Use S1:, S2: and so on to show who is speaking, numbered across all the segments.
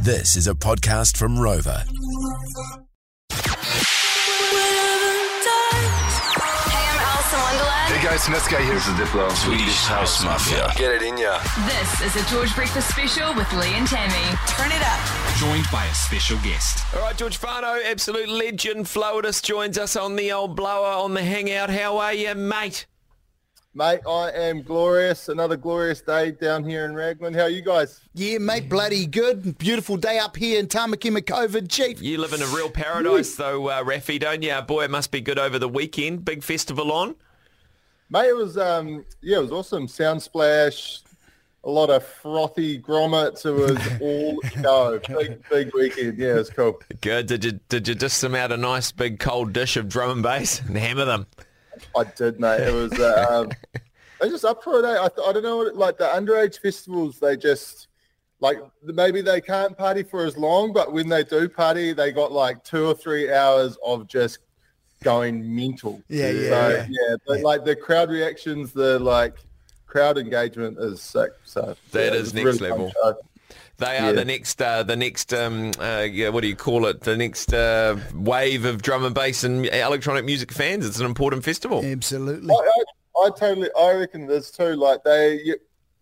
S1: This is a podcast from Rover.
S2: Hey, I'm Alison Wonderland.
S3: Hey guys, Netsky here. This is Diplo.
S4: Swedish House Mafia.
S3: Get it in ya.
S5: This is a George Breakfast Special with Lee and Tammy.
S2: Turn it up.
S6: joined by a special guest.
S7: All right, George Farno, absolute legend, Floatus joins us on the old blower on the hangout. How are you, mate?
S8: Mate, I am glorious. Another glorious day down here in Raglan. How are you guys?
S9: Yeah, mate, bloody good. Beautiful day up here in Tamaki Makovan, Chief.
S7: You live in a real paradise, though, uh, Rafi, don't you? Boy, it must be good over the weekend. Big festival on.
S8: Mate, it was um yeah, it was awesome. Sound splash, a lot of frothy grommets. It was all go. Big big weekend. Yeah, it was cool.
S7: Good. Did you did you just some out a nice big cold dish of drum and bass and hammer them?
S8: I did, mate. It was uh, um, I was just up for it. Eh? I th- I don't know what like the underage festivals. They just like maybe they can't party for as long, but when they do party, they got like two or three hours of just going mental.
S9: Yeah, yeah,
S8: so,
S9: yeah.
S8: but like the crowd reactions, the like crowd engagement is sick. So
S7: That
S8: it
S7: is
S8: was a
S7: next
S8: fun uh,
S7: level.
S8: show.
S7: They are
S8: Yeah.
S7: the next, uh, the next, um, uh, yeah, what do you call it? The next uh, wave of drum and bass and electronic music fans. It's an important festival.
S9: Absolutely.
S8: I, I, I totally, I reckon it is too. Like they, you,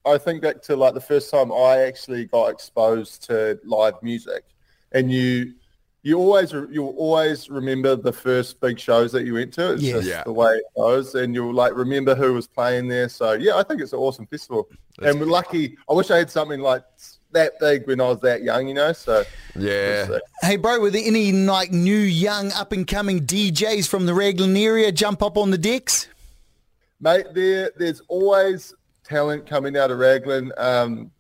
S8: I think back to like the first time I actually got exposed to live music, and you, you always, re- you'll always remember the first big shows that you went to. It's
S9: Yeah.
S8: just
S7: Yeah.
S8: the way it goes, and you'll like remember who was playing there. So yeah, I think it's an awesome festival, and we're lucky. I wish I had something like that big when I was that young, you know. So
S7: Yeah.
S9: Hey, bro, were there any like new, young, up and coming DJs from the Raglan area jump up on the decks?
S8: mate. There, there's always talent coming out of Raglan. Um,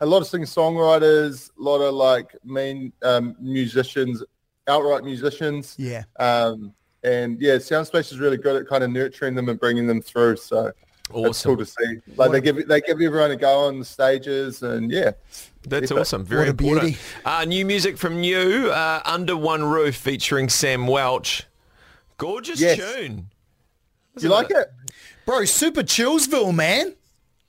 S8: a lot of singer songwriters, a lot of like main um, musicians, outright musicians.
S9: Yeah.
S8: Um, and yeah, Soundspace is really good at kind of nurturing them and bringing them through. So it's
S7: Awesome.
S8: cool to see. Like they give they give everyone a go on the stages, and yeah,
S7: That's
S8: Yeah.
S7: awesome. Very
S9: What a
S7: important.
S9: beauty.
S7: Uh, new music from you, uh, Under One Roof featuring Sam Welch. Gorgeous
S8: Yes.
S7: tune.
S8: you like it?
S9: Bro, super Chillsville, man.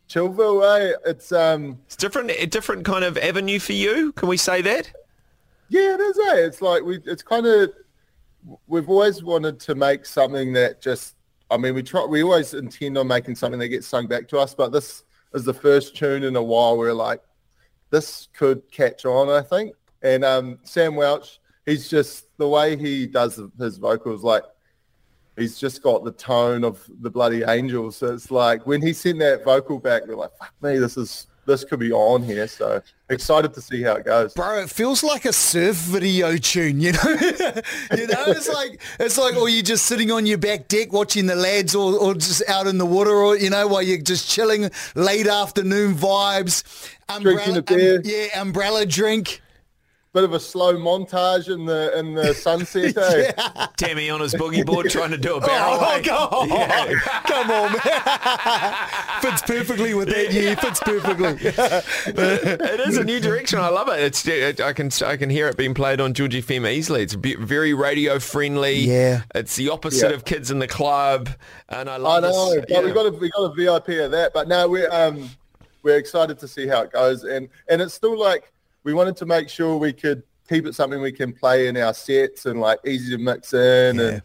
S8: Chillville, eh? It's um,
S7: It's different, a different kind of avenue for you. Can we say that?
S8: Yeah, it is. Eh? It's like we. It's kind of. We've always wanted to make something that just. I mean, we try. We always intend on making something that gets sung back to us, but this is the first tune in a while where like, this could catch on. I think. And um, Sam Welch, he's just the way he does his vocals. Like, he's just got the tone of the bloody angel. So it's like when he sent that vocal back, we're like, fuck me, this is this could be on here. So excited to see how it goes.
S9: Bro, it feels like a surf video tune, you know? you know, it's like it's like or you're just sitting on your back deck watching the lads or, or just out in the water or you know, while you're just chilling late afternoon vibes. um,
S8: Drinking a beer.
S9: yeah, umbrella drink.
S8: bit of a slow montage in the in the sunset. eh?
S7: Tammy on his boogie board trying to do a barrel.
S9: Oh,
S7: eh?
S9: come on. Come on, man. fits perfectly with that. Yeah, fits perfectly.
S7: It is a new direction. I love it. It's it, I can I can hear it being played on Georgie Femme easily. It's be, very radio friendly.
S9: Yeah.
S7: It's the opposite
S8: Yeah.
S7: of kids in the club. And I
S8: I
S7: love
S8: know,
S7: this.
S8: but we
S7: yeah.
S8: got a we got a VIP of that. But no, we're um we're excited to see how it goes, and and it's still like we wanted to make sure we could keep it something we can play in our sets and like easy to mix in, and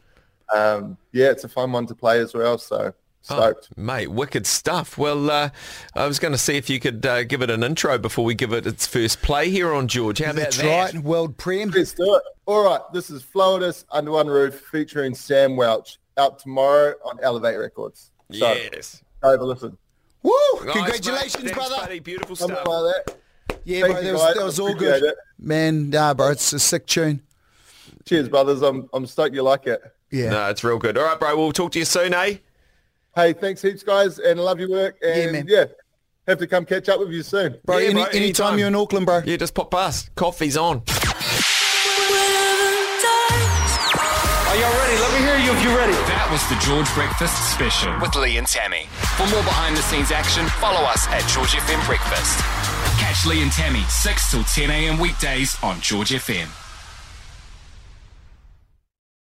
S8: um yeah, it's a fun one to play as well. So stoked.
S7: Mate, wicked stuff. Well, uh, I was going to see if you could uh, give it an intro before we give it its first play here on George. How about
S9: That's
S7: that?
S9: right. World Prem.
S8: Let's do it. All right, this is Floatus Under One Roof featuring Sam Welch out tomorrow on Elevate Records. So
S7: Yes.
S8: over listen.
S9: Woo!
S7: Nice,
S9: Congratulations,
S7: mate. Thanks,
S9: brother.
S7: buddy. Beautiful
S8: Something
S7: stuff.
S8: like that.
S9: Yeah,
S8: Thank
S9: bro,
S8: you,
S9: that was,
S8: guys.
S9: that was all
S8: Appreciate
S9: good.
S8: it.
S9: Man, nah, bro, it's a sick tune.
S8: Cheers, brothers. I'm I'm stoked you like it.
S9: Yeah.
S7: No, it's real good. All right, bro. We'll talk to you soon, eh?
S8: Hey, thanks heaps, guys, and love your work.
S9: Yeah,
S8: And
S9: man.
S8: yeah, have to come catch up with you soon.
S9: Bro,
S7: Yeah,
S9: any,
S7: bro, anytime.
S9: anytime you're in Auckland, bro.
S7: Yeah, just pop past. Coffee's on.
S6: That was the George Breakfast Special.
S4: With Lee and Tammy. For more behind the scenes action, follow us at George FM Breakfast.
S6: Catch Lee and Tammy 6 till 10 a.m. weekdays on George FM.